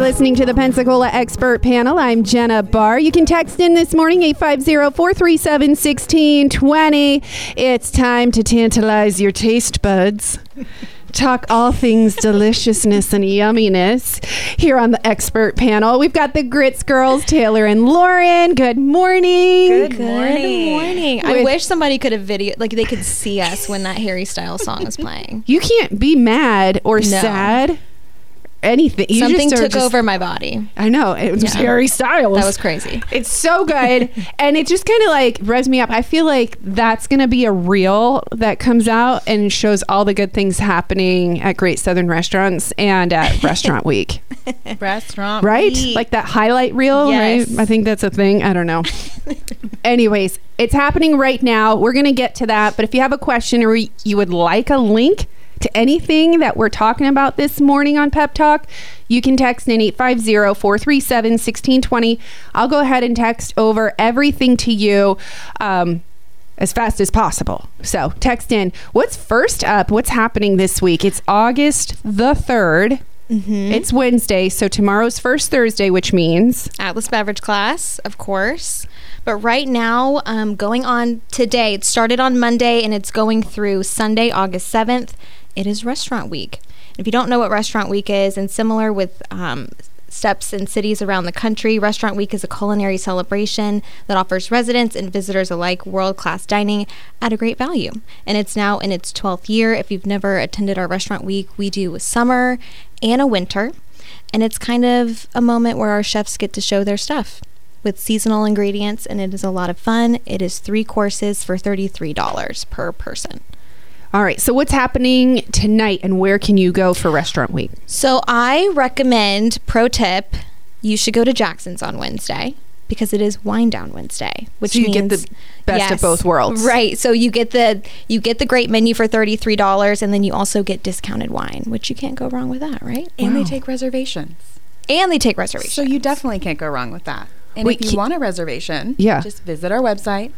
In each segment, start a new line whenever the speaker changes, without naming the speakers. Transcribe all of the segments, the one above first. listening to the Pensacola Expert Panel. I'm Jenna Barr. You can text in this morning, 850 437 1620. It's time to tantalize your taste buds. Talk all things deliciousness and yumminess here on the expert panel. We've got the Grits Girls, Taylor and Lauren. Good morning.
Good morning.
Good morning. I
With-
wish somebody could have video, like they could see us when that Harry Styles song is playing.
You can't be mad or sad. Anything. You
Something
just are
took
just-
over my body.
I know. It was
Yeah.
Harry Styles.
That was crazy.
It's so good. and it just kind of like revs me up. I feel like that's going to be a reel that comes out and shows all the good things happening at Great Southern Restaurants and at Restaurant Week,
Restaurant,
right?
week.
Like that highlight reel,
Yes.
right? I think that's a thing. I don't know. Anyways, it's happening right now. We're going to get to that. But if you have a question or you would like a link to anything that we're talking about this morning on Pep Talk, you can text in 850 437 1620. I'll go ahead and text over everything to you. Um, as fast as possible. So text in. What's first up? What's happening this week? It's August the 3rd. It's Wednesday. So tomorrow's first Thursday, which means
Atlas Beverage class, of course. But right now, um, going on today, it started on Monday and it's going through Sunday, August 7th. It is Restaurant Week. If you don't know what Restaurant Week is, and similar with um, steps in cities around the country, Restaurant Week is a culinary celebration that offers residents and visitors alike world class dining at a great value. And it's now in its 12th year. If you've never attended our Restaurant Week, we do a summer and a winter. And it's kind of a moment where our chefs get to show their stuff with seasonal ingredients, and it is a lot of fun. It is three courses for $33 per person.
All right. So what's happening tonight and where can you go for restaurant week?
So I recommend, pro tip, you should go to Jackson's on Wednesday because it is wine down Wednesday, which
So you get
means-
the best of both worlds.
Right. So you get the you get the great menu for $33 and then you also get discounted wine, which you can't go wrong with that, right?
and
Wow.
they take reservations,
And they take reservations.
so you definitely can't go wrong with that. And
Wait,
if
ki-
you want a reservation,
Yeah.
just visit our website,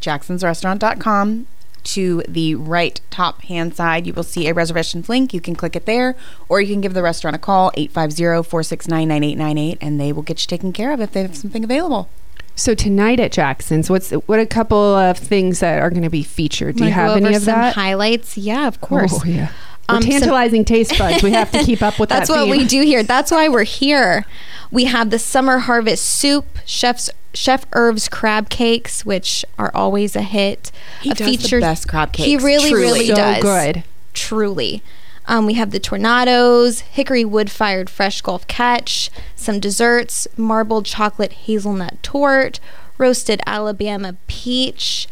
jacksonsrestaurant.com. To the right top hand side, you will see a reservations link. You can click it there, or you can give the restaurant a call, 850 469 9898, and they will get you taken care of if they have something available.
So tonight at Jackson's, what's what a couple of things that are going to be featured? Do you
Wanna go
have any
over
of
some
that?
highlights? Yeah, of course.
Oh yeah. We're
Um, so-
tantalizing taste buds. We have to keep up with
That's
that.
what
theme.
we do here. That's why we're here. We have the summer harvest soup, chef's chef Irv's crab cakes, which are always a hit.
He
a
does the best crab
He
cakes,
really,
truly. Oh,
really
So
does.
good.
Truly. Um, we have the tornadoes, hickory wood fired fresh Gulf catch, some desserts, marbled chocolate hazelnut tort, roasted Alabama peach,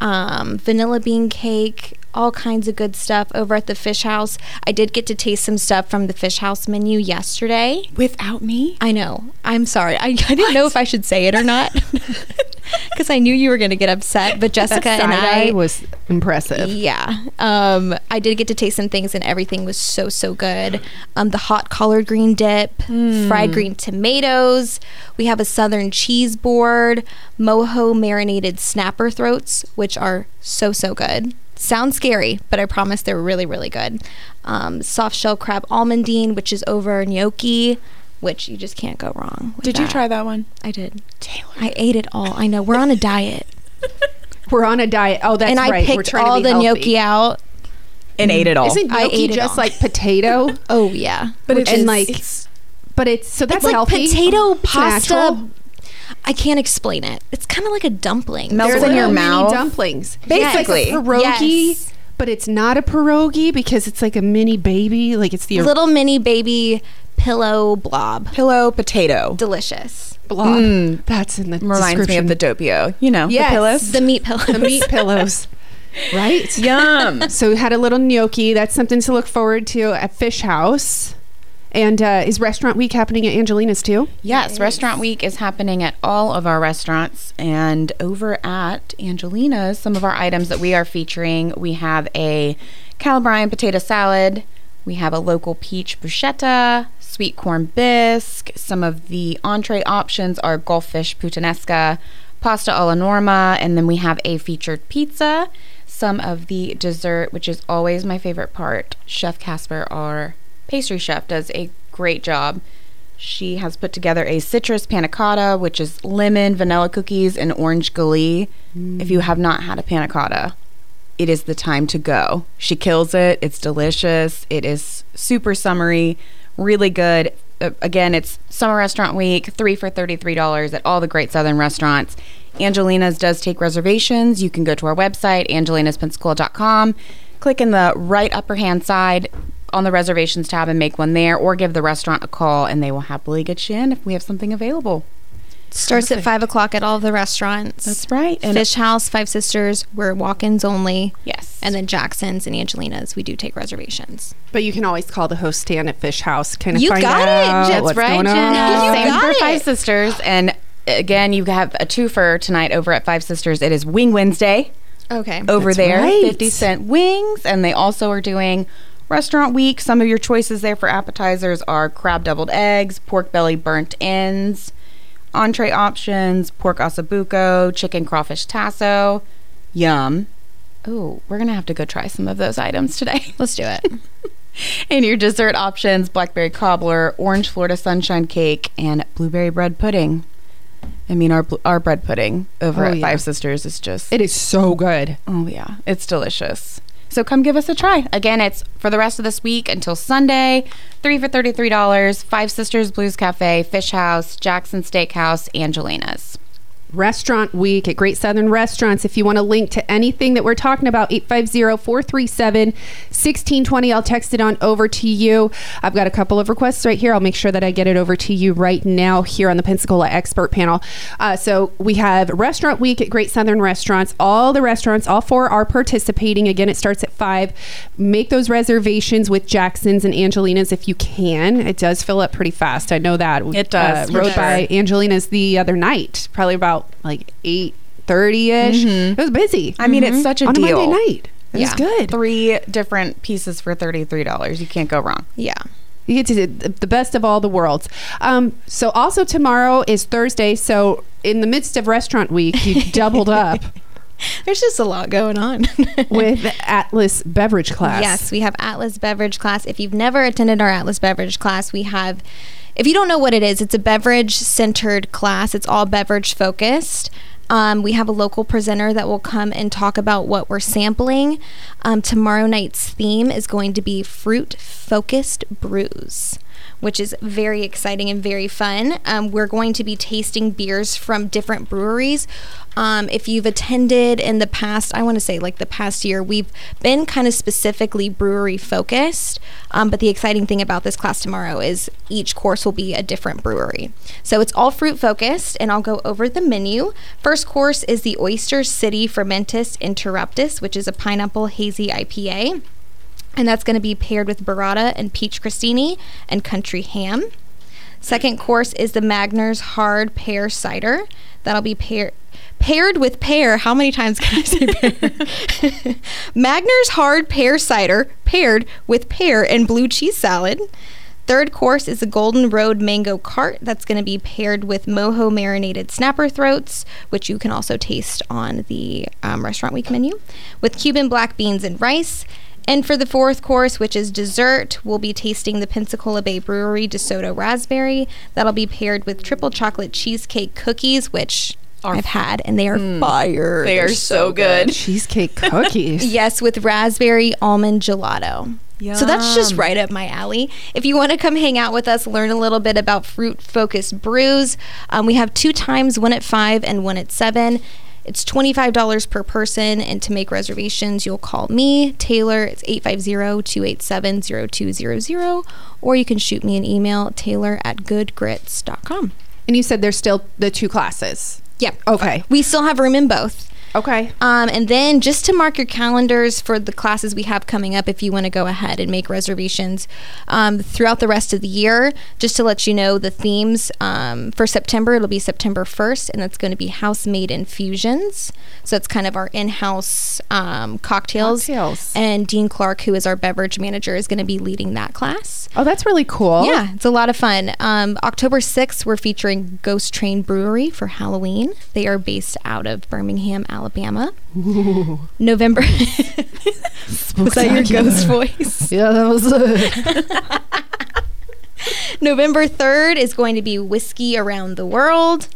um, vanilla bean cake, all kinds of good stuff over at the Fish House. I did get to taste some stuff from the Fish House menu yesterday.
Without me?
I know. I'm sorry. I, I didn't know if I should say it or not because I knew you were going to get upset. But Jessica
That
and
side-eye
I
was impressive.
yeah. Um, I did get to taste some things, and everything was so, so good. Um, the hot collard green dip,
Hmm.
fried green tomatoes. We have a southern cheese board, mojo marinated snapper throats, which are so, so good. Sounds scary, but I promise they're really, really good. Um, soft shell crab almondine, which is over gnocchi, which you just can't go wrong. with
Did you
that.
try that one?
I did.
Taylor.
I ate it all. I know. We're on a diet.
We're on a diet. Oh, that's
and I
right. We're
picked
trying to
all
be
the
healthy.
gnocchi out.
And ate it all.
Isn't
I
gnocchi
ate it
just
all.
like potato?
Oh, yeah.
but
Which
it's
is- like- but it's so that's
It's like
healthy.
potato pasta.
natural.
I can't explain it. It's kind of like a dumpling.
Melts
There's
in your
little
mouth.
Mini dumplings.
Yes.
Basically, like a pierogi,
Yes.
but it's not a pierogi because it's like a mini baby. Like it's the
little mini baby pillow blob.
pillow potato.
Delicious.
blob. That's in the
Reminds me
description.
of the dopio. You know,
Yes.
the pillows.
The meat pillow.
The meat pillows, right?
Yum.
So we had a little gnocchi. That's something to look forward to at Fish House. And uh, is Restaurant Week happening at Angelina's too?
Yes, Restaurant Week is happening at all of our restaurants. And over at Angelina's, some of our items that we are featuring we have a Calabrian potato salad, we have a local peach bruschetta, sweet corn bisque. Some of the entree options are Gulffish puttanesca, pasta alla norma, and then we have a featured pizza. Some of the dessert, which is always my favorite part, Chef Casper, our pastry chef, does a great job She has put together a citrus panna cotta, which is lemon, vanilla cookies, and orange glee. If you have not had a panna cotta, it is the time to go. She kills it. It's delicious. It is super summery, really good. Uh, Again, it's summer restaurant week, three for $33 at all the great southern restaurants. Angelina's does take reservations. You can go to our website, angelinaspensacola.com, click in the right upper hand side on the reservations tab and make one there, or give the restaurant a call and they will happily get you in if we have something available.
Starts at five o'clock at all of the restaurants.
That's right. And
Fish House, Five Sisters, we're walk-ins only.
yes.
And then Jackson's and Angelina's, we do take reservations.
But you can always call the host stand at Fish House. Kind of
You
find
got it,
out
Jets,
what's
right,
going on.
Jen. You
Same
got
for
it.
Five Sisters. And again, you have a twofer tonight over at Five Sisters. It is Wing Wednesday
Okay.
over
That's
there.
right.
50 cent wings. And they also are doing restaurant week. Some of your choices there for appetizers are crab doubled eggs, pork belly burnt ends, entree options, pork ossobuco, chicken crawfish tasso. Yum. Oh, we're going to have to go try some of those items today.
Let's do it.
And your dessert options blackberry cobbler, orange Florida sunshine cake, and blueberry bread pudding. I mean, our, bl- our bread pudding over
Oh,
at
yeah.
Five Sisters is just,
It is so good.
oh, yeah, it's delicious. So come give us a try. Again, it's for the rest of this week until Sunday, three for $33, Five Sisters Blues Cafe, Fish House, Jackson Steakhouse, Angelina's.
Restaurant Week at Great Southern Restaurants. If you want to link to anything that we're talking about, 850 437 1620. I'll text it on over to you. I've got a couple of requests right here. I'll make sure that I get it over to you right now here on the Pensacola Expert Panel. Uh, so we have Restaurant Week at Great Southern Restaurants. All the restaurants, all four are participating. Again, it starts at 5. Make those reservations with Jackson's and Angelina's if you can. It does fill up pretty fast. I know that. uh,
It does, for
rode
sure.
by Angelina's the other night, probably about like eight thirty ish. It was busy.
Mm-hmm.
Mm-hmm.
I mean, it's such a
on
deal.
a Monday night. It was
Yeah.
good.
Three different pieces for $33. You can't go wrong.
Yeah.
You get to do th- the best of all the worlds. Um, so also tomorrow is Thursday. So in the midst of restaurant week, you doubled up
There's just a lot going on.
with Atlas Beverage Class.
Yes, we have Atlas Beverage Class. If you've never attended our Atlas Beverage Class, we have, if you don't know what it is, it's a beverage centered class, it's all beverage focused. Um, we have a local presenter that will come and talk about what we're sampling. Um, tomorrow night's theme is going to be fruit focused brews which is very exciting and very fun. Um, we're going to be tasting beers from different breweries. Um, if you've attended in the past, I want to say like the past year, we've been kind of specifically brewery focused. Um, but the exciting thing about this class tomorrow is each course will be a different brewery. So it's all fruit focused, and I'll go over the menu. First course is the Oyster City Fermentus Interruptus, which is a pineapple hazy IPA and that's going to be paired with burrata and peach crostini and country ham. Second course is the Magner's hard pear cider. That'll be pair, paired with pear. How many times can I say pear? Magner's hard pear cider paired with pear and blue cheese salad. Third course is the Golden Road Mango Cart. That's going to be paired with mojo marinated snapper throats, which you can also taste on the um, Restaurant Week menu, with Cuban black beans and rice. And for the fourth course, which is dessert, we'll be tasting the Pensacola Bay Brewery DeSoto Raspberry. That'll be paired with triple chocolate cheesecake cookies, which I've had, and they are fire.
Hmm. They are so good.
Cheesecake cookies.
Yes, with raspberry almond gelato. So that's just right up my alley. If you want to come hang out with us, learn a little bit about fruit focused brews, um, we have two times one at five and one at seven. It's $25 per person, and to make reservations, you'll call me, Taylor. It's 850 287 0200, or you can shoot me an email, taylor at goodgrits.com.
And you said there's still the two classes.
Yeah.
Okay.
We still have room in both.
Okay.
Um, and then just to mark your calendars for the classes we have coming up, if you want to go ahead and make reservations um, throughout the rest of the year, just to let you know the themes um, for September, it'll be September 1st, and that's going to be house made infusions. So it's kind of our in house um, cocktails.
Cocktails.
And Dean Clark, who is our beverage manager, is going to be leading that class.
Oh, that's really cool.
Yeah, it's a lot of fun. Um, October 6th, we're featuring Ghost Train Brewery for Halloween. They are based out of Birmingham, Alabama. November. Is that your ghost voice?
Yeah, that was.
November 3rd is going to be Whiskey Around the World.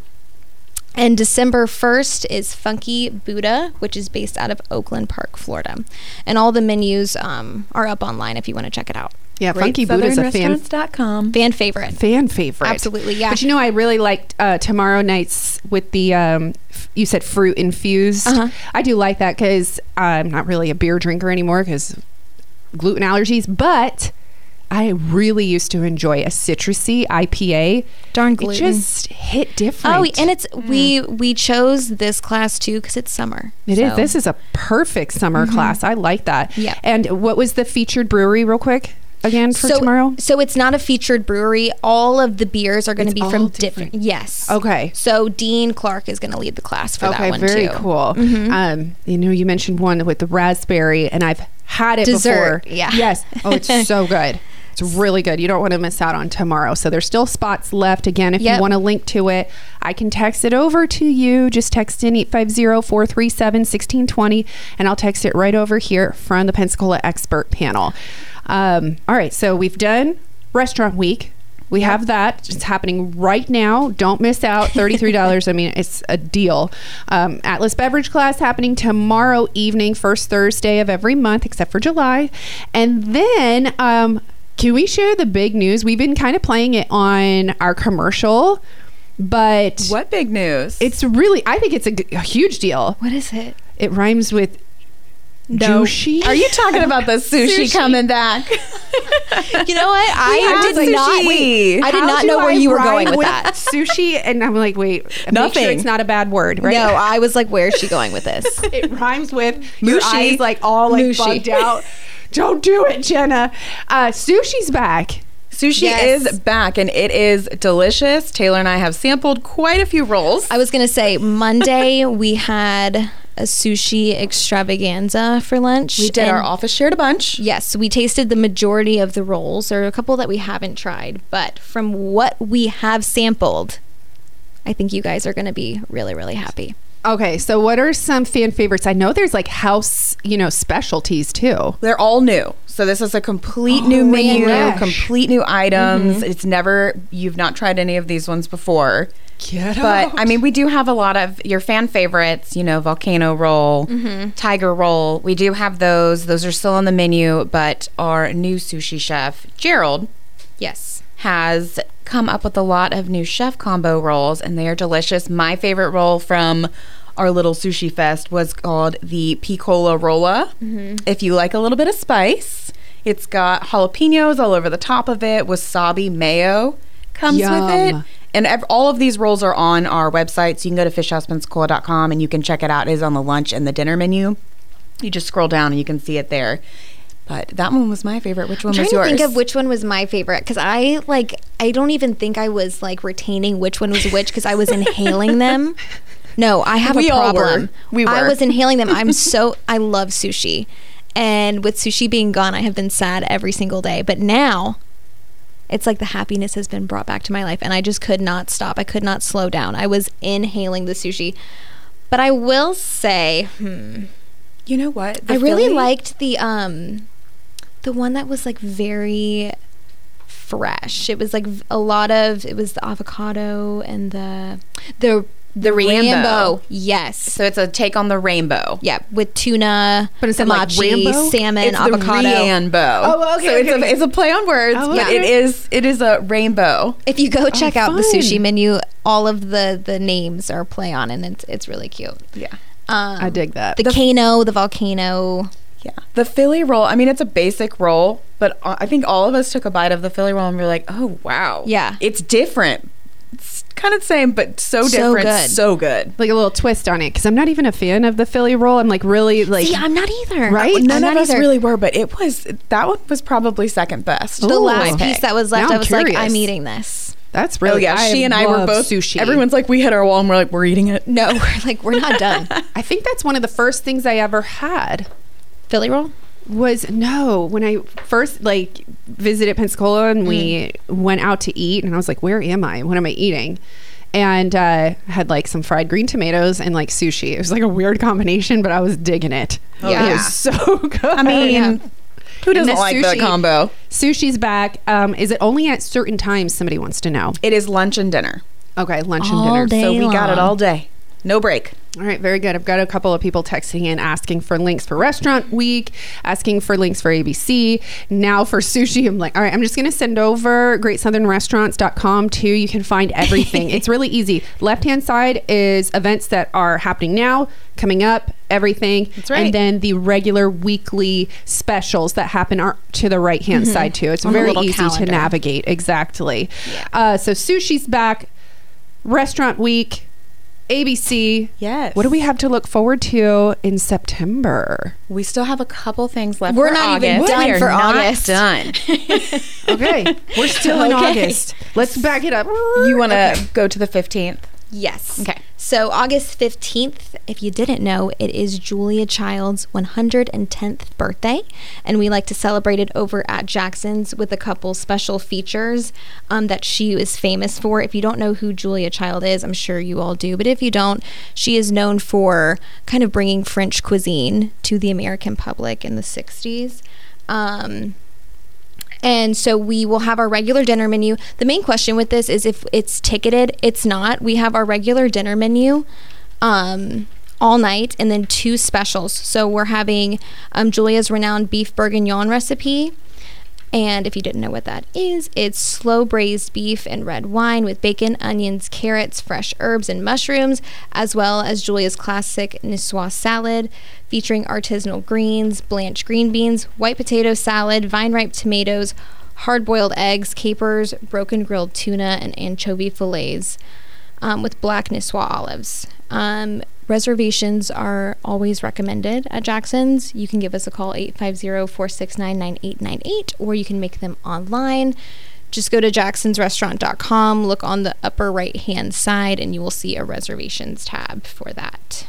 And December 1st is Funky Buddha, which is based out of Oakland Park, Florida. And all the menus um, are up online if you want to check it out.
Yeah, Funky Buddha's a fan
Restaurants.com.
Fan favorite.
fan favorite.
Absolutely, yeah.
But you know, I really liked uh, tomorrow nights with the um, f- you said fruit infused.
Uh-huh.
I do like that because I'm not really a beer drinker anymore because gluten allergies. But I really used to enjoy a citrusy IPA.
Darn
It
gluten.
just hit different.
oh, and it's we we chose this class too because it's summer.
It is.
So- Mm-hmm.
This is a perfect summer class. I like that.
Yeah.
And what was the featured brewery, real quick, again for
so,
tomorrow?
So it's not a featured brewery. All of the beers are going to
It's
be
all
from
different.
different. Yes.
Okay.
So Dean Clark is going to lead the class for that
Okay,
one
very
too. Mm-hmm.
cool. Um, you know, you mentioned one with the raspberry, and I've had it
Dessert,
before.
yeah.
Yes. Oh, it's so good. It's really good. You don't want to miss out on tomorrow. So there's still spots left. Again, if you
Yep.
want to link to it, I can text it over to you. Just text in 850-437-1620, and I'll text it right over here from the Pensacola Expert Panel. Um, all right. So we've done Restaurant Week. We have that. It's happening right now. Don't miss out. $33. I mean, it's a deal. Um, Atlas Beverage Class happening tomorrow evening, first Thursday of every month, except for July. And then, um, can we share the big news? We've been kind of playing it on our commercial, but
What big news?
it's really, I think it's a, g- a huge deal.
What is it?
It rhymes with
No.
Jushi.
Are you talking about the sushi,
Sushi.
coming back?
You know what? I
have
did not.
sushi.
Wait, I did
How
not
do
know where
I
you were
rhyme
going with that.
Sushi, and I'm like, wait, Make sure
Nothing.
it's not a bad word, right?
No, I was like, where is she going with this?
it rhymes with your
Mushi.
eyes like all like
Mushi.
bugged out. Don't do it, Jenna. Uh, sushi's back.
Sushi
Yes.
is back and it is delicious. Taylor and I have sampled quite a few rolls.
I was going to say Monday we had a sushi extravaganza for lunch.
we did. Our
and-
office shared a bunch.
Yes, we tasted the majority of the rolls. There are a couple that we haven't tried, but from what we have sampled, I think you guys are going to be really, really happy.
Okay, so what are some fan favorites? I know there's like house, you know, specialties too.
They're all new. So this is a
Oh,
complete new menu,
ranch.
complete new items.
Mm-hmm.
It's never you've not tried any of these ones before.
Get
But I mean, we do have a lot of your fan favorites, you know, volcano roll,
Mm-hmm.
tiger roll. We do have those. Those are still on the menu, but our new sushi chef, Gerald,
Yes.
has come up with a lot of new chef combo rolls, and they are delicious. My favorite roll from our little sushi fest was called the Picola Rolla.
Mm-hmm.
If you like a little bit of spice, it's got jalapenos all over the top of it, wasabi mayo comes with it.
Yum.
And ev- all of these rolls are on our website, so you can go to fishhousepensacola.com and you can check it out. It is on the lunch and the dinner menu. You just scroll down and you can see it there. But that one was my favorite. Which one
I'm trying
was
to
yours?
think of which one was my favorite because I like I don't even think I was like retaining which one was which because I was inhaling them. No, I have
We
a
all were.
problem.
We
I
were.
was inhaling them. I'm so I love sushi, and with sushi being gone, I have been sad every single day. But now, it's like the happiness has been brought back to my life, and I just could not stop. I could not slow down. I was inhaling the sushi. But I will say, hmm,
you know what?
I really
like.
liked the um the one that was like very fresh. It was like v- a lot of it was the avocado and the the
The Rambo.
Yes.
So it's a take on the rainbow.
Yeah, with tuna,
But is it like
machi,
Rambo?
salmon,
It's
avocado.
the rainbow.
Oh, okay,
So it's,
okay.
A, it's a play on words,
Oh,
but
okay.
it is it is a rainbow.
If you go check out the
fun.
sushi menu, all of the the names are play on and it's it's really cute.
Yeah.
Um,
I dig that.
The, Kano, the volcano.
Yeah. The Philly roll. I mean, it's a basic roll, but uh, I think all of us took a bite of the Philly roll and we were like, "Oh, wow.
Yeah.
It's different. It's kind of the same, but so
So
different.
good.
So good.
like a little twist on it because I'm not even a fan of the Philly roll. I'm like really like
See, I'm not either.
Right?
I'm
None
not
of us
either.
really were, but it was that one was probably second best.
Ooh.
the
my
last piece
pick.
that was
Now
left,
I'm
I was like,
curious.
I'm eating this.
that's
Oh
really
yeah, she and I were
love
both
sushi.
Everyone's like, we hit our wall and we're like, we're eating it.
No, we're like we're not done.
I think that's one of the first things I ever had.
Philly roll.
was no when i first like visited pensacola and we
Mm.
went out to eat and i was like where am i what am i eating and uh, I had like some fried green tomatoes and like sushi it was like a weird combination but i was digging it
Oh,
yeah it
yeah.
was so good
I mean, Who doesn't
And the
like that
sushi-
combo?
Sushi's back. Um, is it only at certain times? Somebody wants to know.
It is lunch and dinner.
Okay, lunch
All
and dinner.
day
so we got it
long.
all day. No break.
All right, very good. I've got a couple of people texting in asking for links for Restaurant Week, asking for links for ABC, now for sushi. I'm like, all right, I'm just going to send over greatsouthernrestaurants.com too. You can find everything. it's really easy. Left hand side is events that are happening now, coming up, everything.
That's right.
And then the regular weekly specials that happen are to the right hand side too. It's
Mm-hmm. On the
very
little
easy to
calendar.
navigate. Exactly. Uh, so sushi's back, Restaurant Week. ABC,
Yes.
what do we have to look forward to in September?
We still have a couple things left.
We're
for
not even
August.
done
We are
for
not
August.
Done.
Okay, we're still in
Okay.
August. Let's back it up.
You want to go to the fifteenth?
Yes.
Okay.
So August 15th, if you didn't know, it is Julia Child's 110th birthday, and we like to celebrate it over at Jackson's with a couple special features um, that she is famous for. If you don't know who Julia Child is, I'm sure you all do, but if you don't, she is known for kind of bringing French cuisine to the American public in the 60s. Um, and so we will have our regular dinner menu. The main question with this is if it's ticketed, it's not. We have our regular dinner menu um, all night and then two specials. So we're having um, Julia's renowned beef bourguignon recipe. And if you didn't know what that is, it's slow braised beef and red wine with bacon, onions, carrots, fresh herbs, and mushrooms, as well as Julia's classic Niçoise salad featuring artisanal greens, blanched green beans, white potato salad, vine ripe tomatoes, hard boiled eggs, capers, broken grilled tuna, and anchovy fillets um, with black Niswa olives. Um, reservations are always recommended at Jackson's. You can give us a call 850-469-9898 or you can make them online. Just go to jacksonsrestaurant.com, look on the upper right-hand side and you will see a reservations tab for that.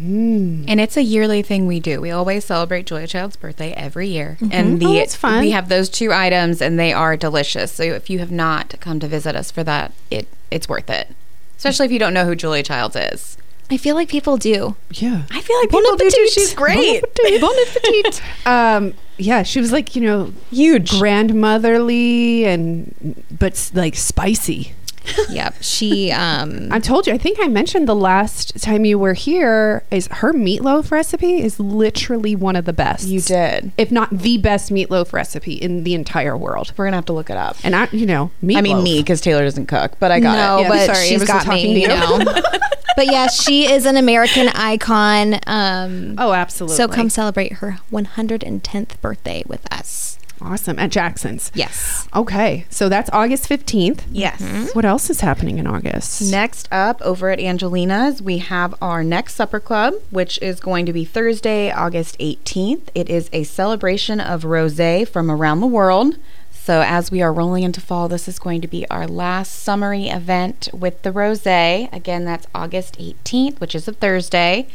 And it's a yearly thing we do. We always celebrate Julia Child's birthday every year. And the
Oh, that's fun.
we have those two items and they are delicious. So if you have not come to visit us for that, it it's worth it. Especially if you don't know who Julia Childs is.
I feel like people do.
Yeah.
I feel like
Bon
people do too.
appetit.
She's great.
Bon appetit. um, yeah, she was like, you know,
Huge.
grandmotherly and, but s- like spicy.
yep. She um
I told you, I think I mentioned the last time you were here is her meatloaf recipe is literally one of the best.
You did.
If not the best meatloaf recipe in the entire world.
We're gonna have to look it up.
And I, you know, meatloaf.
I mean me because Taylor doesn't cook, but I got
no,
it.
Yeah,
but
sorry, it
she's
was
got
talking
me,
to
you
you.
know. but yeah, she is an American icon. Um
Oh, absolutely.
So come celebrate her 110th birthday with us.
Awesome. At Jackson's.
Yes.
Okay. So that's August 15th.
Yes.
What else is happening in August?
Next up, over at Angelina's, we have our next supper club, which is going to be Thursday, August 18th. It is a celebration of rosé from around the world. So, as we are rolling into fall, this is going to be our last summery event with the rosé. Again, that's August 18th, which is a Thursday.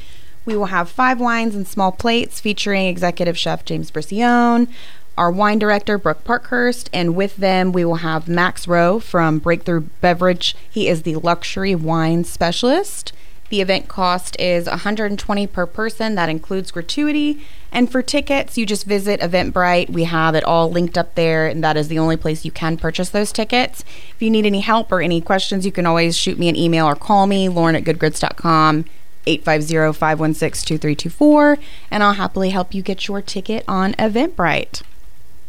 We will have five wines and small plates featuring executive chef James Bricione, our wine director Brooke Parkhurst, and with them we will have Max Rowe from Breakthrough Beverage. He is the luxury wine specialist. The event cost is 120 per person. That includes gratuity. And for tickets, you just visit Eventbrite. We have it all linked up there, and that is the only place you can purchase those tickets. If you need any help or any questions, you can always shoot me an email or call me, Lauren at goodgrids.com. 850-516-2324 and I'll happily help you get your ticket on Eventbrite.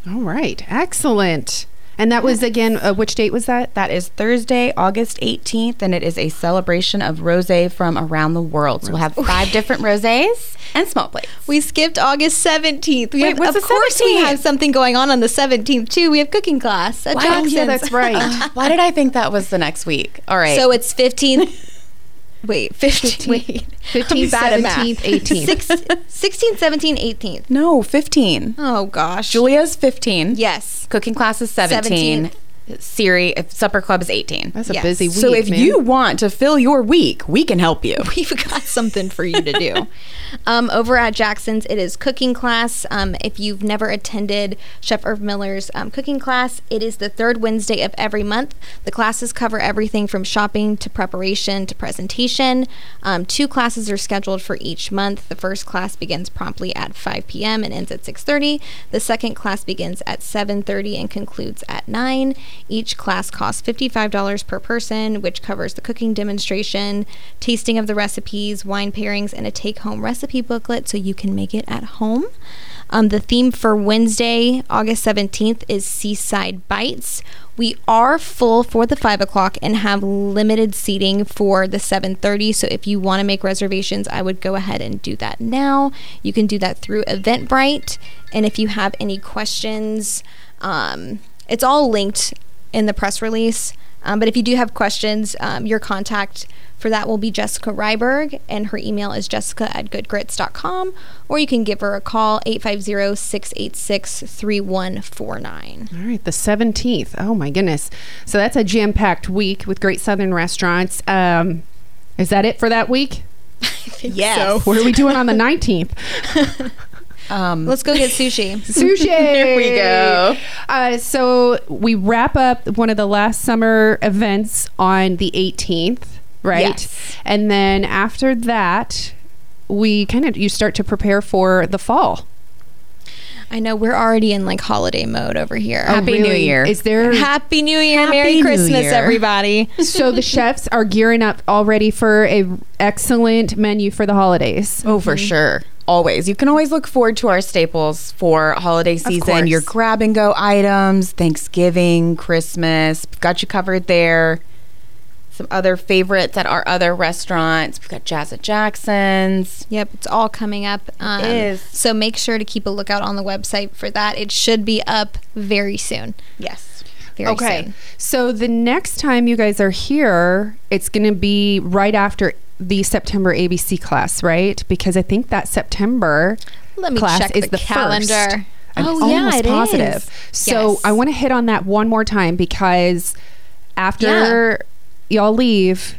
All right. Excellent. And that was again, uh, which date was that?
That is Thursday, August 18th and it is a celebration of rosé from around the world. So we'll have five different rosés and small plates.
We skipped August 17th. We
Wait,
have,
what's
of
the
course, we
17th?
have something going on on the 17th, too. We have cooking class at
Oh,
Jackson's.
yeah, that's right.
Why did I think that was the next week? All right.
So it's 15th. Wait, 15th.
15th,
bad at math.
17th, 18th.
Six, 16th, 17th, 18th.
no, 15.
Oh, gosh.
Julia's 15.
Yes.
Cooking class is 17.
17th.
Siri, if Supper Club is 18.
That's a
Yes.
busy week.
so if
man.
you want to fill your week, we can help you.
We've got something for you to do. um, over at Jackson's, it is cooking class. Um, if you've never attended Chef Irv Miller's um, cooking class, it is the third Wednesday of every month. The classes cover everything from shopping to preparation to presentation. Um, two classes are scheduled for each month. The first class begins promptly at 5 p.m. and ends at 6:30. The second class begins at 7:30 and concludes at 9. Each class costs $55 per person, which covers the cooking demonstration, tasting of the recipes, wine pairings, and a take-home recipe booklet so you can make it at home. Um, the theme for Wednesday, August 17th, is Seaside Bites. We are full for the five o'clock and have limited seating for the 7:30. So if you want to make reservations, I would go ahead and do that now. You can do that through Eventbrite. And if you have any questions, um, it's all linked in the press release. Um, but if you do have questions, um, your contact for that will be Jessica Ryberg, and her email is jessica at goodgrits.com, or you can give her a call 850 686 3149.
All right, the 17th. Oh my goodness. So that's a jam packed week with great Southern restaurants. Um, is that it for that week?
Yes.
What are we doing on the 19th?
Um,
Let's go get sushi.
Sushi.
There we go.
Uh, so we wrap up one of the last summer events on the 18th, right?
Yes.
And then after that, we kind of you start to prepare for the fall.
I know we're already in like holiday mode over here.
Happy New Year.
Is there
Happy New Year.
Oh, Happy
Merry
New
Christmas,
Year.
everybody.
so the chefs are gearing up already for a excellent menu for the holidays.
Oh, for sure. Always. You can always look forward to our staples for holiday season.
course.
Your grab and go items, Thanksgiving, Christmas. We've got you covered there. Some other favorites at our other restaurants. We've got Jazz at Jackson's.
Yep, it's all coming up. Um,
is.
So make sure to keep a lookout on the website for that. It should be up very soon.
Yes.
Very
okay.
soon.
So the next time you guys are here, it's going to be right after the September ABC class, right? Because I think that September
Let me
class
check
is
the
the
calendar.
First. I'm
Oh, yeah,
almost
it
positive.
is.
So
Yes.
I want to hit on that one more time because after y'all leave,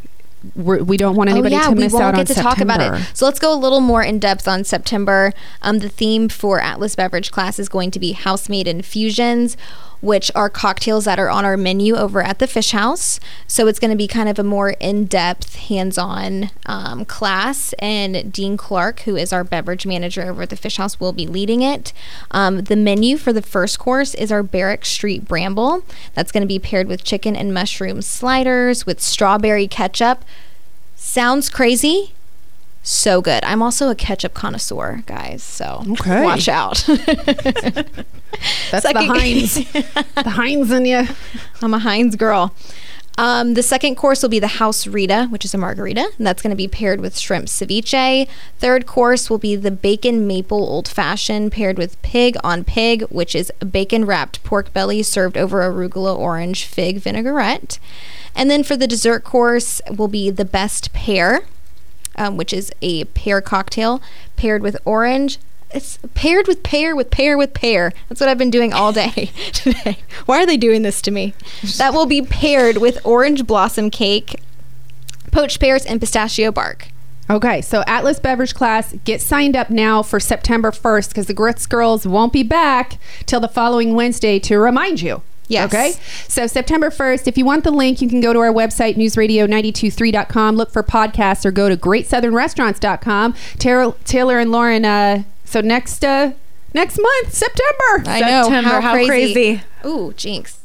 we're, we don't want anybody to miss
Oh, we won't
out
get
on
to
September.
talk about it. So let's go a little more in depth on September. Um, the theme for Atlas Beverage class is going to be house-made infusions, which are cocktails that are on our menu over at the Fish House. So it's going to be kind of a more in-depth, hands-on um, class, and Dean Clark, who is our beverage manager over at the Fish House, will be leading it. Um, the menu for the first course is our Barrack Street Bramble. That's going to be paired with chicken and mushroom sliders with strawberry ketchup. Sounds crazy. So good. I'm also a ketchup connoisseur, guys. So
Okay.
watch out.
That's
Second-
the Heinz, the Heinz in you.
I'm a Heinz girl. Um, the second course will be the house Rita, which is a margarita, and that's going to be paired with shrimp ceviche. Third course will be the bacon maple old fashioned paired with pig on pig, which is bacon wrapped pork belly served over arugula orange fig vinaigrette. And then for the dessert course will be the best pair, um, which is a pear cocktail paired with orange. It's paired with pear with pear with pear. That's what I've been doing all day today. Why are they doing this to me? That will be paired with orange blossom cake, poached pears, and pistachio bark.
Okay, so Atlas Beverage Class, get signed up now for September 1st because the Grits Girls won't be back till the following Wednesday to remind you.
Yes.
Okay. So September 1st, if you want the link, you can go to our website, newsradio923.com, look for podcasts, or go to greatsouthernrestaurants.com. Taylor, Taylor and Lauren, uh, so next uh, next month, September.
I know,
September, how crazy.
Ooh, jinx.